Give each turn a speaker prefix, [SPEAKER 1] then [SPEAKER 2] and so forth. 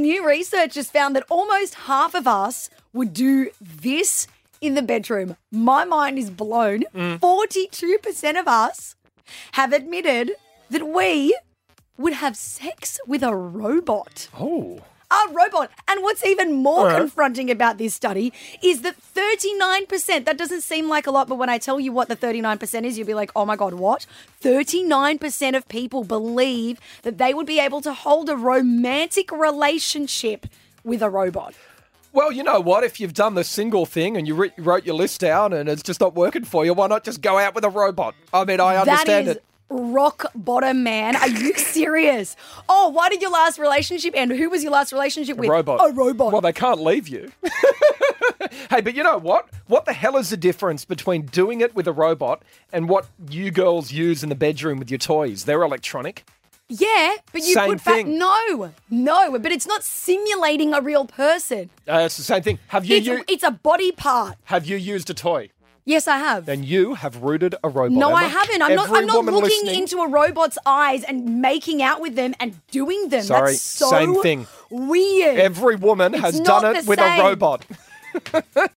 [SPEAKER 1] New research has found that almost half of us would do this in the bedroom. My mind is blown. 42% of us have admitted that we would have sex with a robot.
[SPEAKER 2] Oh.
[SPEAKER 1] A robot. And what's even more
[SPEAKER 2] Alright.
[SPEAKER 1] confronting about this study is that 39%, that doesn't seem like a lot, but when I tell you what the 39% is, you'll be like, oh my God, what? 39% of people believe that they would be able to hold a romantic relationship with a robot.
[SPEAKER 2] Well, you know what? If you've done the single thing and you re- wrote your list down and it's just not working for you, why not just go out with a robot? I mean, I understand
[SPEAKER 1] that is
[SPEAKER 2] it.
[SPEAKER 1] rock bottom, man. Are you serious? Oh, why did your last relationship end? Who was your last relationship with?
[SPEAKER 2] Robot.
[SPEAKER 1] A robot.
[SPEAKER 2] Well, they can't leave you. hey, but you know what? What the hell is the difference between doing it with a robot and what you girls use in the bedroom with your toys? They're electronic.
[SPEAKER 1] Yeah, but you
[SPEAKER 2] Same
[SPEAKER 1] put back
[SPEAKER 2] thing.
[SPEAKER 1] no, no, but it's not simulating a real person.
[SPEAKER 2] Uh, it's the same thing. Have you,
[SPEAKER 1] It's,
[SPEAKER 2] you
[SPEAKER 1] it's a body part.
[SPEAKER 2] have you used a toy?
[SPEAKER 1] Yes, I have.
[SPEAKER 2] And you have rooted a robot.
[SPEAKER 1] no,
[SPEAKER 2] Emma.
[SPEAKER 1] I haven't. I'm not.
[SPEAKER 2] Every
[SPEAKER 1] I'm not
[SPEAKER 2] woman
[SPEAKER 1] looking
[SPEAKER 2] listening-
[SPEAKER 1] into a robot's eyes and making out with them and doing them.
[SPEAKER 2] Sorry,
[SPEAKER 1] That's so
[SPEAKER 2] same thing.
[SPEAKER 1] Weird.
[SPEAKER 2] Every woman has
[SPEAKER 1] not
[SPEAKER 2] done it
[SPEAKER 1] the
[SPEAKER 2] with
[SPEAKER 1] same.
[SPEAKER 2] a robot.